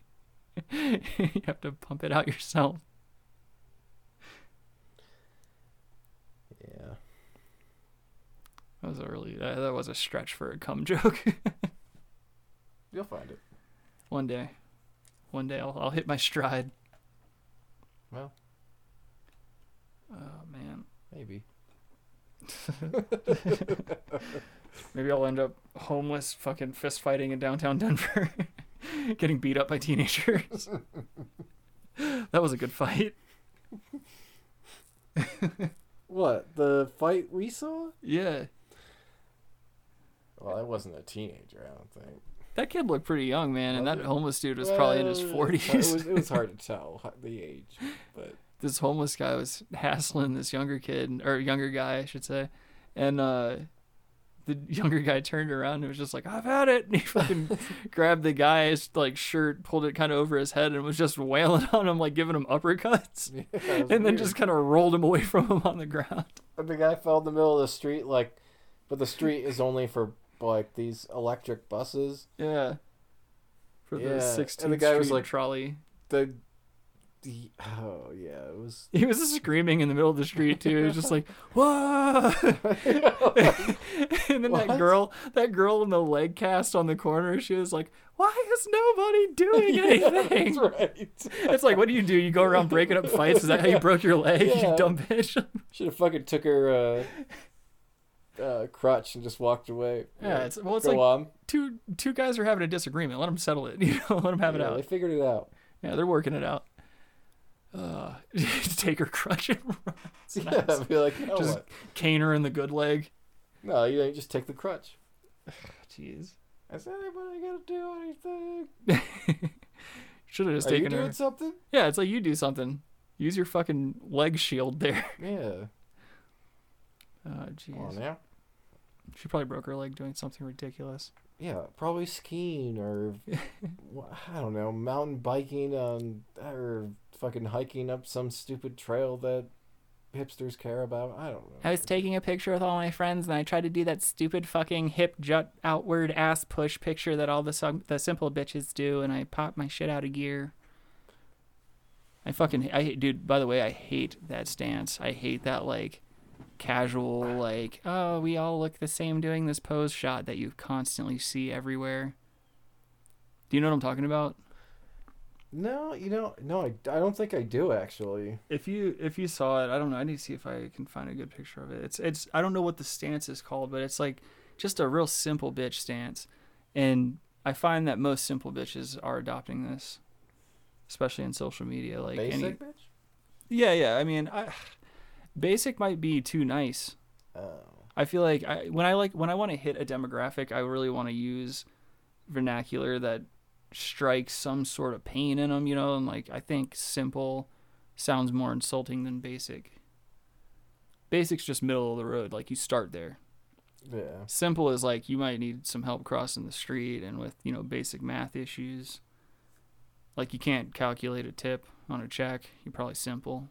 <laughs> you have to pump it out yourself.
Yeah.
That was a really. That, that was a stretch for a cum joke.
You'll find it.
one day, one day I'll, I'll hit my stride.
Well,
Oh man.
maybe.
Maybe I'll end up homeless, fucking fist fighting in downtown Denver, <laughs> getting beat up
<laughs>
by teenagers. that was a good fight.
What? The fight we saw?
Yeah,
Well, I wasn't a teenager, I don't think.
that kid looked pretty young, man, and
Was
that
it?
homeless dude was probably in his
Well,
forties.
It was, it was hard to tell h- the
<laughs>
age, <laughs> but
this homeless guy was <laughs> hassling this younger kid or younger guy, I should say, and uh, the <laughs> younger guy turned around and was just like, "I've had it," <laughs> and he fucking
<laughs>
grabbed the guy's like shirt, pulled it kind of over his head, and was just wailing <laughs> on him, like giving him uppercuts,
yeah, it was
and then
weird.
just kind of rolled him away <laughs> from him on the ground.
But the guy fell in the middle of the street, like, but the street is only for like these electric buses.
Yeah. For
Yeah,
the
and the
16th
guy was
Street
like-
trolley.
The, the oh yeah, it was.
<laughs> He was just screaming in the middle of the street too. He
<laughs>
was just like, "Whoa!" <laughs> and then that
What?
girl, that girl in the leg cast on the corner, she was like, "Why is
<laughs>
nobody doing anything?"
That's right.
It's like, what do you do? You go around breaking up fights? Is that how you broke your
<laughs>
leg?
Yeah.
You dumb bitch. <laughs>
Should have fucking took her uh, uh, crutch and just walked away.
Yeah, it's well, it's
Go
like
on.
two two guys are having a disagreement. Let them settle it. <laughs> You know, let them have it
Yeah, They
out.
figured it out.
Yeah, they're working it out. Uh, <laughs> take her crutch and run.
<laughs>
It's
Yeah,
nice.
be like, you know
Just-
what?
cane her in the good leg.
No, you ain't just take the crutch.
Jeez.
Is anybody gonna do anything?
Should have just
Are you
taken
doing
her.
something?
Yeah, it's like you do something. Use your fucking leg shield there. <laughs>
Yeah.
Oh,
Come on
jeez.
now.
She probably broke her leg doing something ridiculous.
Yeah, probably skiing
<laughs>
or wha- I don't know, mountain biking on or fucking hiking up some stupid trail that hipsters care about. I don't know.
taking a picture with all my friends and I tried to do that stupid fucking hip jut outward ass push picture that all the sum- the simple bitches do and I popped my shit out of gear. I fucking I dude, by the way, I hate that stance. I hate that like casual like, oh, we all look the same doing this pose shot that you constantly see everywhere. Do you know what I'm talking about?
no, you know, no, I, I don't think I do actually.
If you if you saw it, I don't know. I need to see if I can find a good picture of it. It's it's I don't know what the stance is called, but it's like just a real simple bitch stance, and I find that most simple bitches are adopting this, especially in social media. Like
Basic
any,
bitch.
yeah, yeah. I mean, I, basic might be too nice.
Oh,
I feel like I when I like when I want to hit a demographic, I really want to use vernacular that strikes some sort of pain in them, you know, and like I think simple sounds more insulting than basic. Basic's just middle of the road, like you start there.
yeah.
Simple is like you might need some help crossing the street and with, you know, basic math issues. Like you can't calculate a tip on a check, you're probably simple.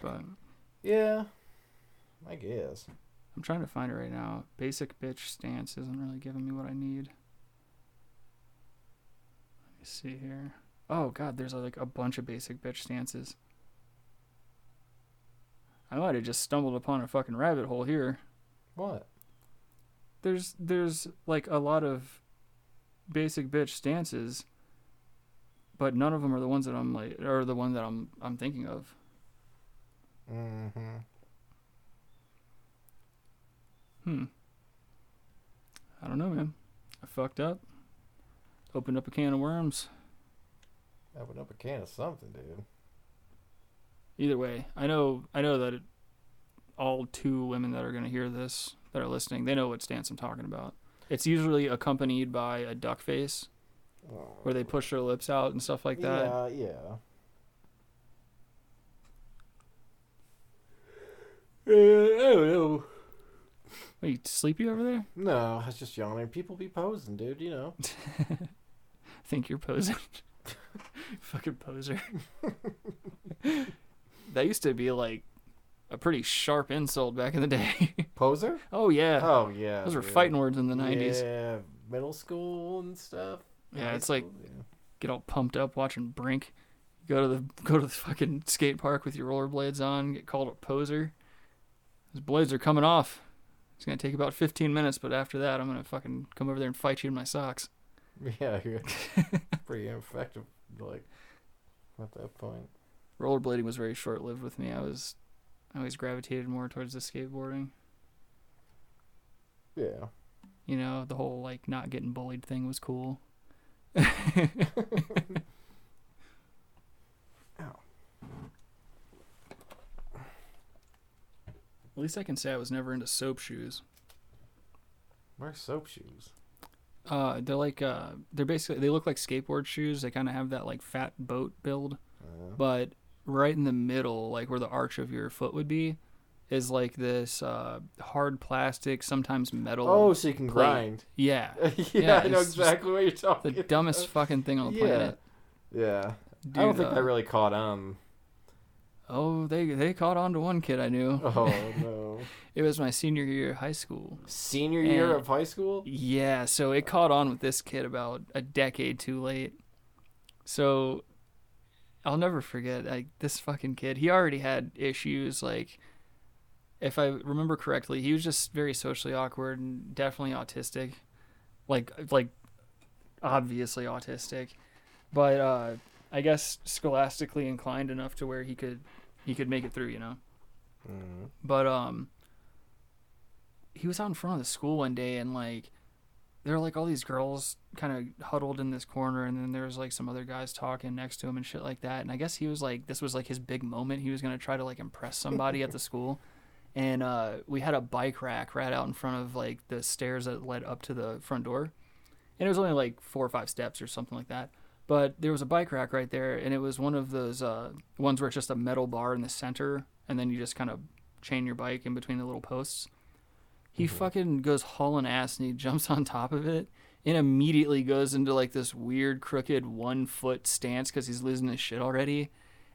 But
Yeah. I guess.
I'm trying to find it right now. Basic bitch stance isn't really giving me what I need. Let me see here. Oh god, there's like a bunch of basic bitch stances. I might have just stumbled upon a fucking rabbit hole here.
What?
There's there's like a lot of basic bitch stances, but none of them are the ones that I'm like or the one that I'm I'm thinking of.
Mm-hmm.
Hmm. I don't know, man. I fucked up. Opened up a can of worms.
Open up a can of something, dude.
Either way, I know I know that it, all two women that are going to hear this that are listening, they know what stance I'm talking about. It's usually accompanied by a duck face
Oh.
where they push their lips out and stuff like that.
Yeah, yeah. Uh, I don't know.
What Wait, sleepy over there?
No, I was just yawning. People be posing, dude. You
<laughs>
know.
Think you're posing? <laughs> Fucking poser. <laughs> that used to be like a pretty sharp insult back in the day.
Poser?
oh yeah,
Oh yeah.
those were
dude.
fighting words in the '90s.
Yeah, middle school and stuff.
Yeah,
High
it's like-
school, yeah.
Get all pumped up watching Brink. Go to the <laughs> go to the fucking skate park with your rollerblades on. Get called a poser. Those blades are coming off. It's gonna take about 15 minutes, but after that, I'm gonna fucking come over there and fight you in my socks.
Yeah, <laughs>
<laughs>
you're pretty ineffective. Like at that point.
Rollerblading was very short lived with me. I was, I always gravitated more towards the skateboarding.
Yeah.
You know, the whole like not getting bullied thing was cool. <laughs>
Ow.
At least I can say I was never into soap shoes.
Wear soap shoes.
Uh, they're like uh, they're basically they look like skateboard shoes. They kind of have that like fat boat build,
Uh,
but right in the middle, like where the arch of your foot would be, is like this uh, hard plastic, sometimes metal.
oh, so you can
plate.
grind. <laughs>
yeah,
yeah,
Yeah,
I know
it's just
exactly what you're
the
talking.
dumbest fucking thing on the
Yeah.
planet.
Yeah.
Dude,
I don't think
uh,
that really caught um, on.
<laughs> Oh, they they caught on to one kid I knew.
Oh no.
It was my senior year of high school.
Senior year
And-
of high
<laughs>
school.
Yeah, so it caught on with this kid about a decade too late. So I'll never forget like this fucking kid. He already had issues like if I remember correctly, he was just very socially awkward and definitely autistic. Like like obviously autistic. But uh I guess scholastically inclined enough to where he could he could make it through, you know.
Mm.
But um he was out in front of the school one day and like there were like all these girls kind of huddled in this corner and then there was like some other guys talking next to him and shit like that. And I guess he was like this was like his big moment. He was going to try to like impress somebody at the school. And uh we had a bike rack right out in front of like the stairs that led up to the front door. And it was only like four or five steps or something like that. But there was a bike rack right there, and it was one of those uh, ones where it's just a metal bar in the center, and then you just kind of chain your bike in between the little posts. He fucking goes hauling ass and he jumps <laughs> on top of it and immediately goes into like this weird crooked one foot stance because he's losing his shit already.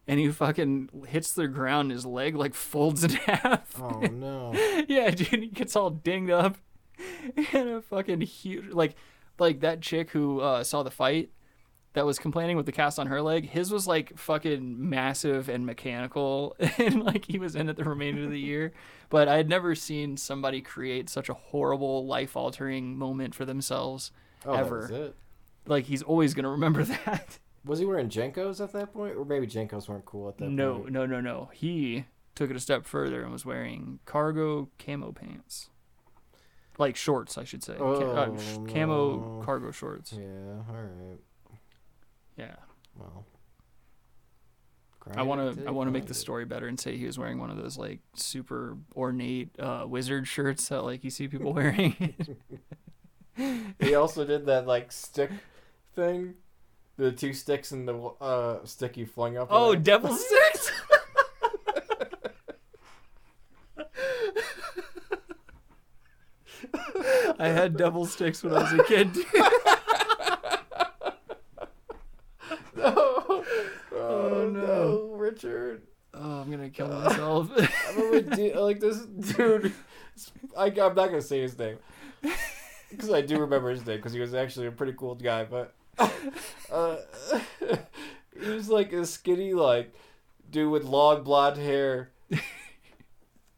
And he fucking hits the ground and his leg like folds in <laughs> half.
Oh no.
<laughs> yeah, dude, he gets all dinged up. <laughs> And a fucking huge like like that chick who uh, saw the fight that was complaining with the cast on her leg, his was like fucking massive and mechanical <laughs> and like he was in it the remainder of the year. But I had never seen somebody create such a horrible life altering moment for themselves.
Oh, that
Ever.
was it.
Like he's always gonna remember <laughs> that.
Was he wearing Jenkos at that point, or maybe Jenkos weren't cool at that
no,
point?
no, no, no. He took it a step further and was wearing cargo camo pants, like shorts, I should say, Ca- uh, sh-
Oh,
camo
no.
cargo shorts.
Yeah. All right.
Yeah,
Well.
I want
Grind it
to. I
till
want to
you
make
find
the
it.
story better and say he was wearing one of those like super ornate uh, wizard shirts that like you see people <laughs> wearing.
He also did that like stick thing, the two sticks and the uh stick you flung up.
oh,
at it.
devil sticks. <laughs> I had devil sticks when I was a kid. dude. <laughs>
no! Oh,
Oh, no.
no. Richard!
<laughs> Oh, I'm gonna kill myself. <laughs>
I remember, du- like this dude. I, I'm not gonna say his name because I do remember his name because he was actually a pretty cool guy, but <laughs> uh, <laughs> he was like a skinny like dude with long blonde hair.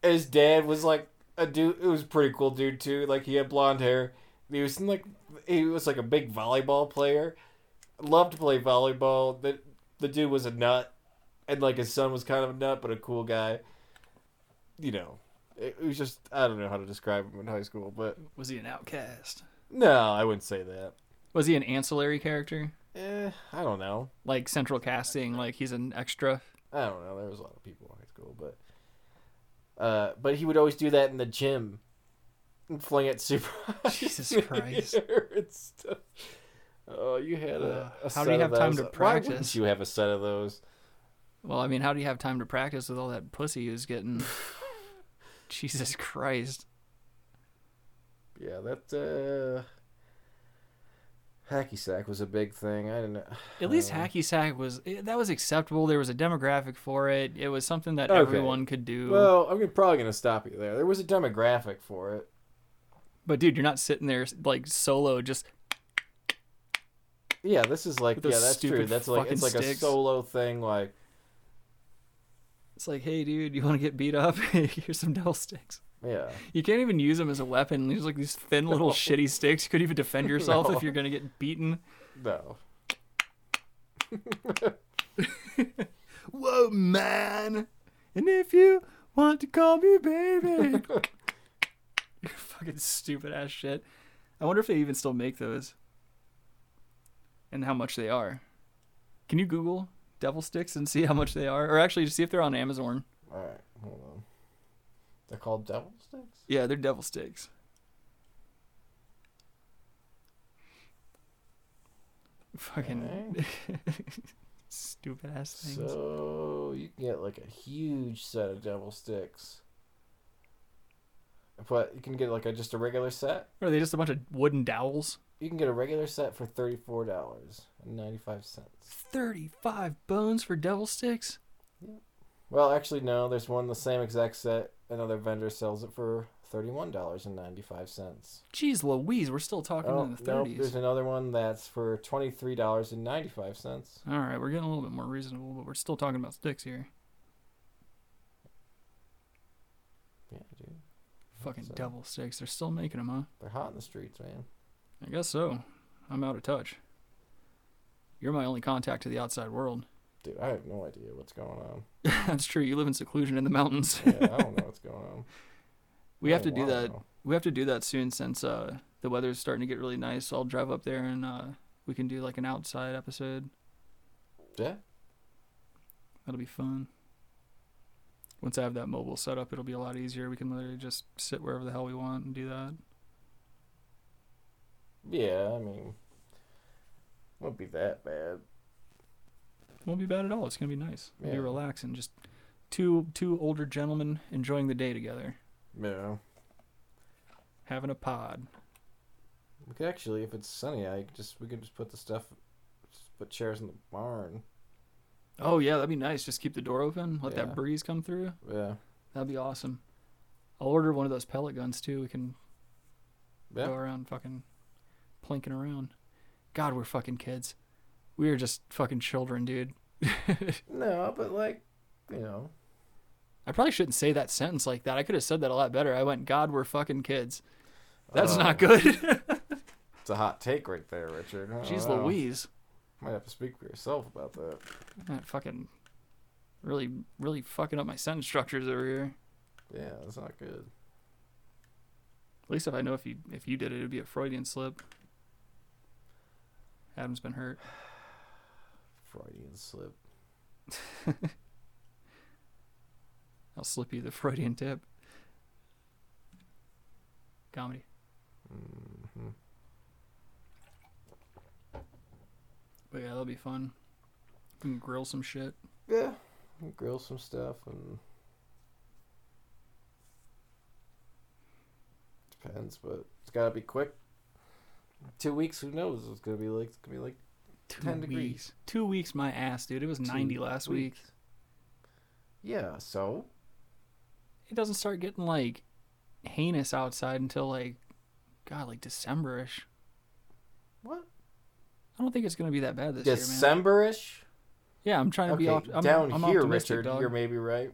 His dad was like a dude. It was a pretty cool dude too. Like he had blonde hair. He was in, like he was like a big volleyball player. Loved to play volleyball. The the dude was a nut, and like his son was kind of a nut, but a cool guy. You know, it, it was just I don't know how to describe him in high school, but
was he an outcast?
no, I wouldn't say that.
Was he an ancillary character?
Eh, I don't know.
Like central casting, like he's an extra.
I don't know. There was a lot of people in high school, but uh, but he would always do that in the gym and fling it super. <laughs> high
Jesus
in the
Christ.
air and stuff. Oh, you had a,
Uh,
a
how
set
do you
of
have time to
those. Why wouldn't
practice?
you have a set of those?
Well, I mean, how do you have time
<laughs>
to practice with all that pussy he was getting? Jesus Christ.
yeah, that uh, hacky sack was a big thing. I didn't.
At least
uh,
hacky sack was it- that was acceptable. There was a demographic for it. It was something that
Okay.
everyone could do.
Well, I'm probably gonna stop you there. There was a demographic for it.
but dude, you're not sitting there like solo just
Yeah, this is like
With
yeah,
those
that's true.
stupid
That's like it's like
fucking
a
sticks.
solo thing. Like
it's like, "Hey dude, you want to get beat up? <laughs> Here's some devil sticks."
yeah,
You can't even use them as a weapon. There's like these thin little shitty sticks. You could
<laughs>
even defend yourself
No.
if you're going to get beaten.
no.
Whoa, man. And if you want to call me baby. <laughs> You're fucking stupid ass shit. I wonder if they even still make those. And how much they are. Can you Google devil sticks and see how much they are? Or actually see if they're on Amazon.
All right, hold on. They're called devil sticks.
Yeah, they're devil sticks. Fucking <laughs> stupid ass things.
So you can get like a huge set of devil sticks. But you can get like a just a regular set.
Or are they just a bunch of wooden dowels?
You can get a regular set for thirty four dollars and ninety five cents.
35 bones for devil sticks?
Well, actually, no. There's one the same exact set. Another vendor sells it for thirty one dollars and ninety five cents.
Jeez Louise, we're still talking
Oh,
in the
no,
30s.
there's another one that's for twenty three dollars and ninety five cents.
All right, we're getting a little bit more reasonable, but we're still talking about sticks here.
Yeah, dude,
Fucking
So-
devil sticks. They're still making them, huh?
they're hot in the streets, man.
I guess so. I'm out of touch. You're my only contact to the outside world. <laughs>
Dude, I have no idea what's going on.
That's true. You live in seclusion in the mountains.
Yeah, I don't know what's going on.
we
I
have to
don't
do
wanna
that.
know.
We have to do that soon since uh, the weather's starting to get really nice. So I'll drive up there and uh, we can do like an outside episode.
Yeah,
That'll be fun. Once I have that mobile set up, it'll be a lot easier. We can literally just sit wherever the hell we want and do that.
yeah. I mean, won't be that bad.
won't be bad at all. It's gonna be nice. It'll
Yeah.
Be relaxing. Just two two older gentlemen enjoying the day together,
Yeah,
having a pod.
we could actually, if it's sunny, I could just we could just put the stuff, just put chairs in the barn.
Oh yeah, that'd be nice. Just keep the door open. Let
Yeah.
that breeze come through.
Yeah,
That'd be awesome. I'll order one of those pellet guns too. We can
yeah.
go around fucking plinking around. God, we're fucking kids. We are just fucking children, dude.
No, but like, you know,
I probably shouldn't say that sentence like that. I could have said that a lot better. I went, God, we're fucking kids. That's
Oh, <laughs>
not good. <laughs>
It's a hot take right there, Richard. I don't
Jeez
know.
Louise.
Might have to speak for yourself about that.
Not fucking really, really fucking up my sentence structures over here.
Yeah, that's not good.
At least if I know if you if you did it, it'd be a Freudian slip. Adam's been hurt.
Freudian slip.
I'll slip you the <laughs> Freudian tip. Comedy.
Mm-hmm.
But yeah, that'll be fun. We can grill some shit.
Yeah, grill some stuff and depends, but it's gotta be quick. Two weeks, who knows? It's gonna be like it's gonna be like
Two
10
weeks.
degrees.
Two weeks, my ass, dude. It was
two
90 last week.
weeks. Yeah, so
It doesn't start getting like heinous outside until like, God, like Decemberish.
what?
I don't think it's gonna be that bad this year, man.
Decemberish.
Yeah, I'm trying to
Okay,
be opt- I'm,
down
I'm
here,
optimistic,
Richard.
dog.
You're maybe right.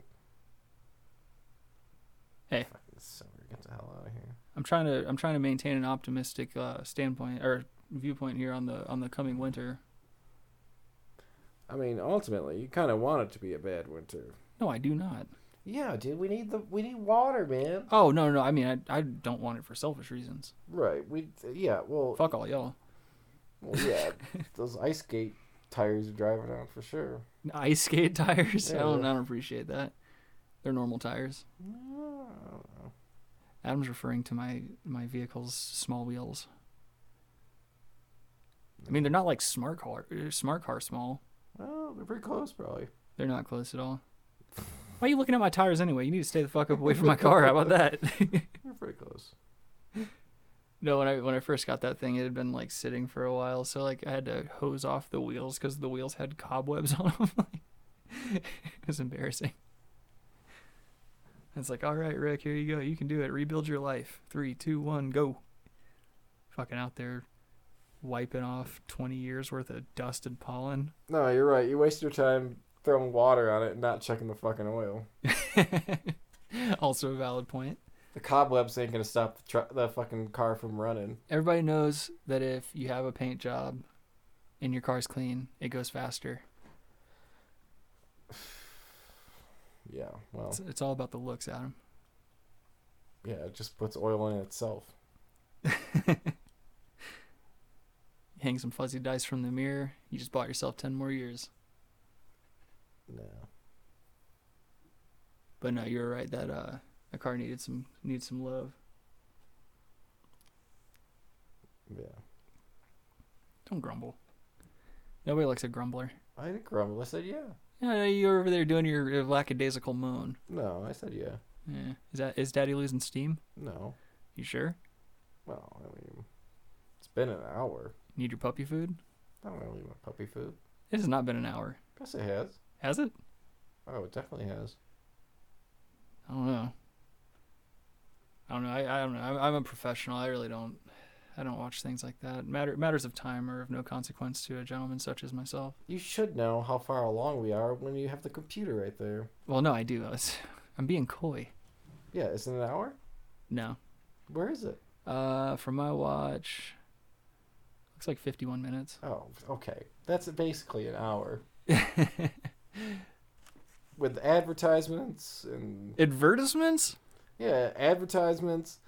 Hey.
Fucking December, get the hell out of here.
I'm trying to I'm trying to maintain an optimistic uh, standpoint or viewpoint here on the on the coming winter.
I mean, ultimately, you kind of want it to be a bad winter.
No, I do not.
Yeah, dude, we need the we need water, man.
Oh no, no, I mean I, I don't want it for selfish reasons.
Right. We yeah. Well,
Fuck all y'all.
well yeah. those ice skate tires are driving on for sure.
Ice skate <laughs> tires. I don't
Yeah.
I don't appreciate that. They're normal tires. Adam's referring to my my vehicle's small wheels. I mean, they're not like smart car uh, smart car small.
<laughs> Well, they're pretty close, probably.
They're not close at all. Why are you looking at <laughs> my tires anyway? You need to stay the fuck up away from my car. How about that?
They're pretty close.
No, when I when I first got that thing, it had been like sitting for a while, so like I had to hose off the wheels because the wheels had cobwebs <laughs> on them. like, it was embarrassing. It's like, all right, Rick, here you go. You can do it. Rebuild your life. Three, two, one, go. Fucking out there, wiping off twenty years worth of dust and pollen. <laughs>
No, you're right. You waste your time throwing water on it and not checking the fucking oil.
also a valid point.
The cobwebs ain't gonna stop the, tr- the fucking car from running.
Everybody knows that if you have a paint job and your car's clean, it goes faster.
Yeah, well,
It's, it's all about the looks, Adam.
yeah, it just puts oil in itself.
Hang some fuzzy dice from the mirror. You just bought yourself 10 more years.
No.
But no, you were right that uh, a car needed some needs some love.
Yeah.
Don't grumble. Nobody likes a grumbler.
I didn't grumble. I said yeah.
Yeah, no, you were over there doing your uh, lackadaisical moan.
No, I said yeah.
Yeah. Is that is Daddy losing steam?
No.
You sure?
Well, I mean, it's been an hour.
Need your puppy food?
I don't really want puppy food.
It has not been an hour,
Guess it has.
has it?
Oh, it definitely has.
I don't know. I don't know. I, I don't know. I'm, I'm a professional. I really don't. I don't watch things like that. Matter matters of time are of no consequence to a gentleman such as myself.
You should know how far along we are when you have the computer right there.
Well, no, I do. <laughs> I am being coy.
Yeah, it's in an hour.
No.
Where is it?
Uh, from my watch, looks like 51 minutes.
Oh, okay. That's basically an
<laughs>
hour with advertisements and
Advertisements?
yeah, advertisements,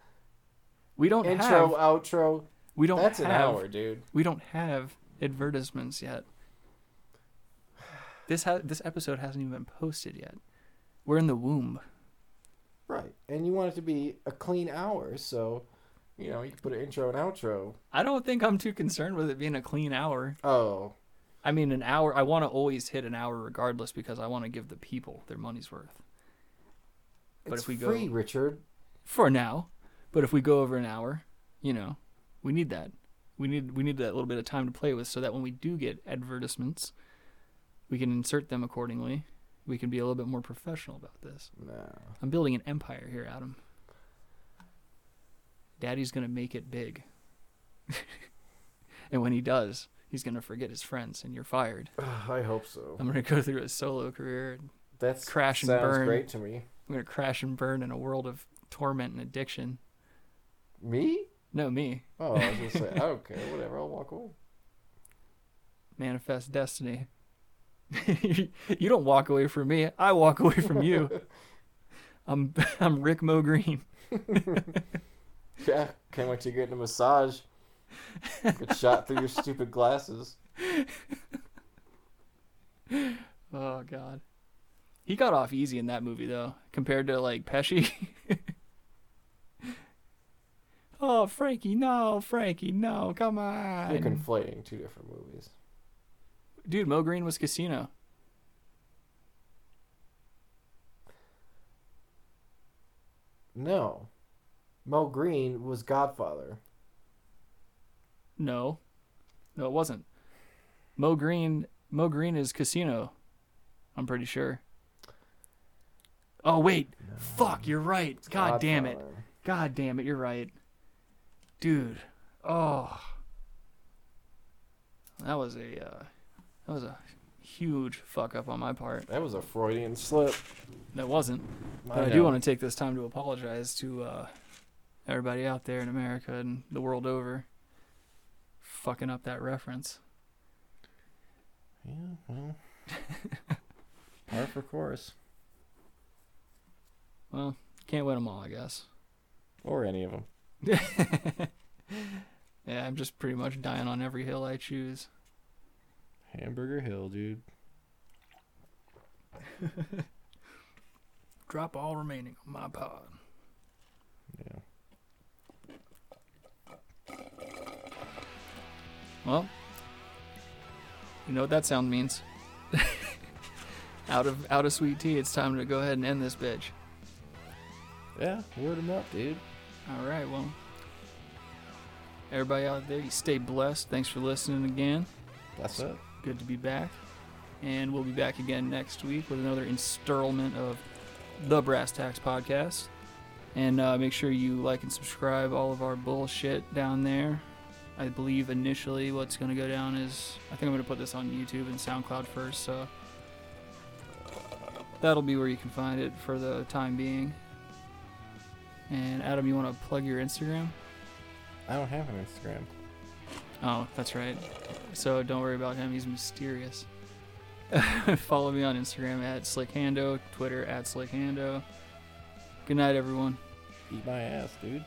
We don't
intro,
have.
outro.
We don't.
That's
have,
an hour, dude.
We don't have advertisements yet. This ha- this episode hasn't even been posted yet. We're in the womb.
Right, and you want it to be a clean hour, so you know you can put an intro and outro.
I don't think I'm too concerned with it being a clean hour.
Oh,
I mean, an hour. I want to always hit an hour regardless because I want to give the people their money's worth But
it's
if we go-
free, Richard.
for now. But if we go over an hour, you know, we need that. We need we need that little bit of time to play with so that when we do get advertisements, we can insert them accordingly. We can be a little bit more professional about this.
No,
<sighs> I'm building an empire here, Adam. Daddy's gonna make it big. <laughs> and when he does, he's gonna forget his friends and you're fired.
Ugh, I hope so.
I'm gonna go through a solo career. And
That's
Crash and
sounds
burn.
great to me.
I'm gonna crash and burn in a world of torment and addiction.
Me?
No, me
Oh, I was gonna
<laughs>
say I don't care. Whatever, I'll walk away.
manifest destiny. <laughs> you don't walk away from me. I walk away from you. <laughs> I'm <laughs> I'm Rick Mo Green.
Yeah, can't wait to get a massage. Get shot through your stupid
<laughs>
glasses.
Oh God. He got off easy in that movie though, compared to like Pesci. <laughs> oh Frankie, no, Frankie, no, come on.
You're conflating two different movies.
Dude, Mo Green was Casino.
No, Mo Green was Godfather.
No. No, it wasn't. Mo Green Mo Green is Casino. I'm pretty sure. Oh wait. Fuck, you're right. God damn it.
Godfather.
God damn it, you're right. Dude. Oh. That was a uh, that was a huge fuck up on my part.
That was a Freudian slip.
That wasn't. But I, do want to take this time to apologize to uh, everybody out there in America and the world over fucking up that reference.
Yeah,
<laughs>
well, par for course,
Well, can't win them all, I guess.
or any of them.
Yeah, I'm just pretty much dying on every hill I choose.
Hamburger Hill, dude.
Drop all remaining on my pod.
Yeah.
Well, you know what that sound <laughs> means. out of out of sweet tea, it's time to go ahead and end this bitch.
Yeah, word him up, dude.
All right, well, everybody out there, you stay blessed. Thanks for listening again.
That's it.
Good to be back. And we'll be back again next week with another installment of the Brass Tax Podcast. And uh, make sure you like and subscribe all of our bullshit down there. I believe initially what's going to go down is I think I'm going to put this on YouTube and SoundCloud first. So that'll be where you can find it for the time being. And Adam, you want to plug your Instagram?
I don't have an Instagram.
Oh, that's right. So don't worry about him. He's mysterious. <laughs> Follow me on Instagram at slickhando, Twitter at slickhando. Good night, everyone.
Eat my ass, dude.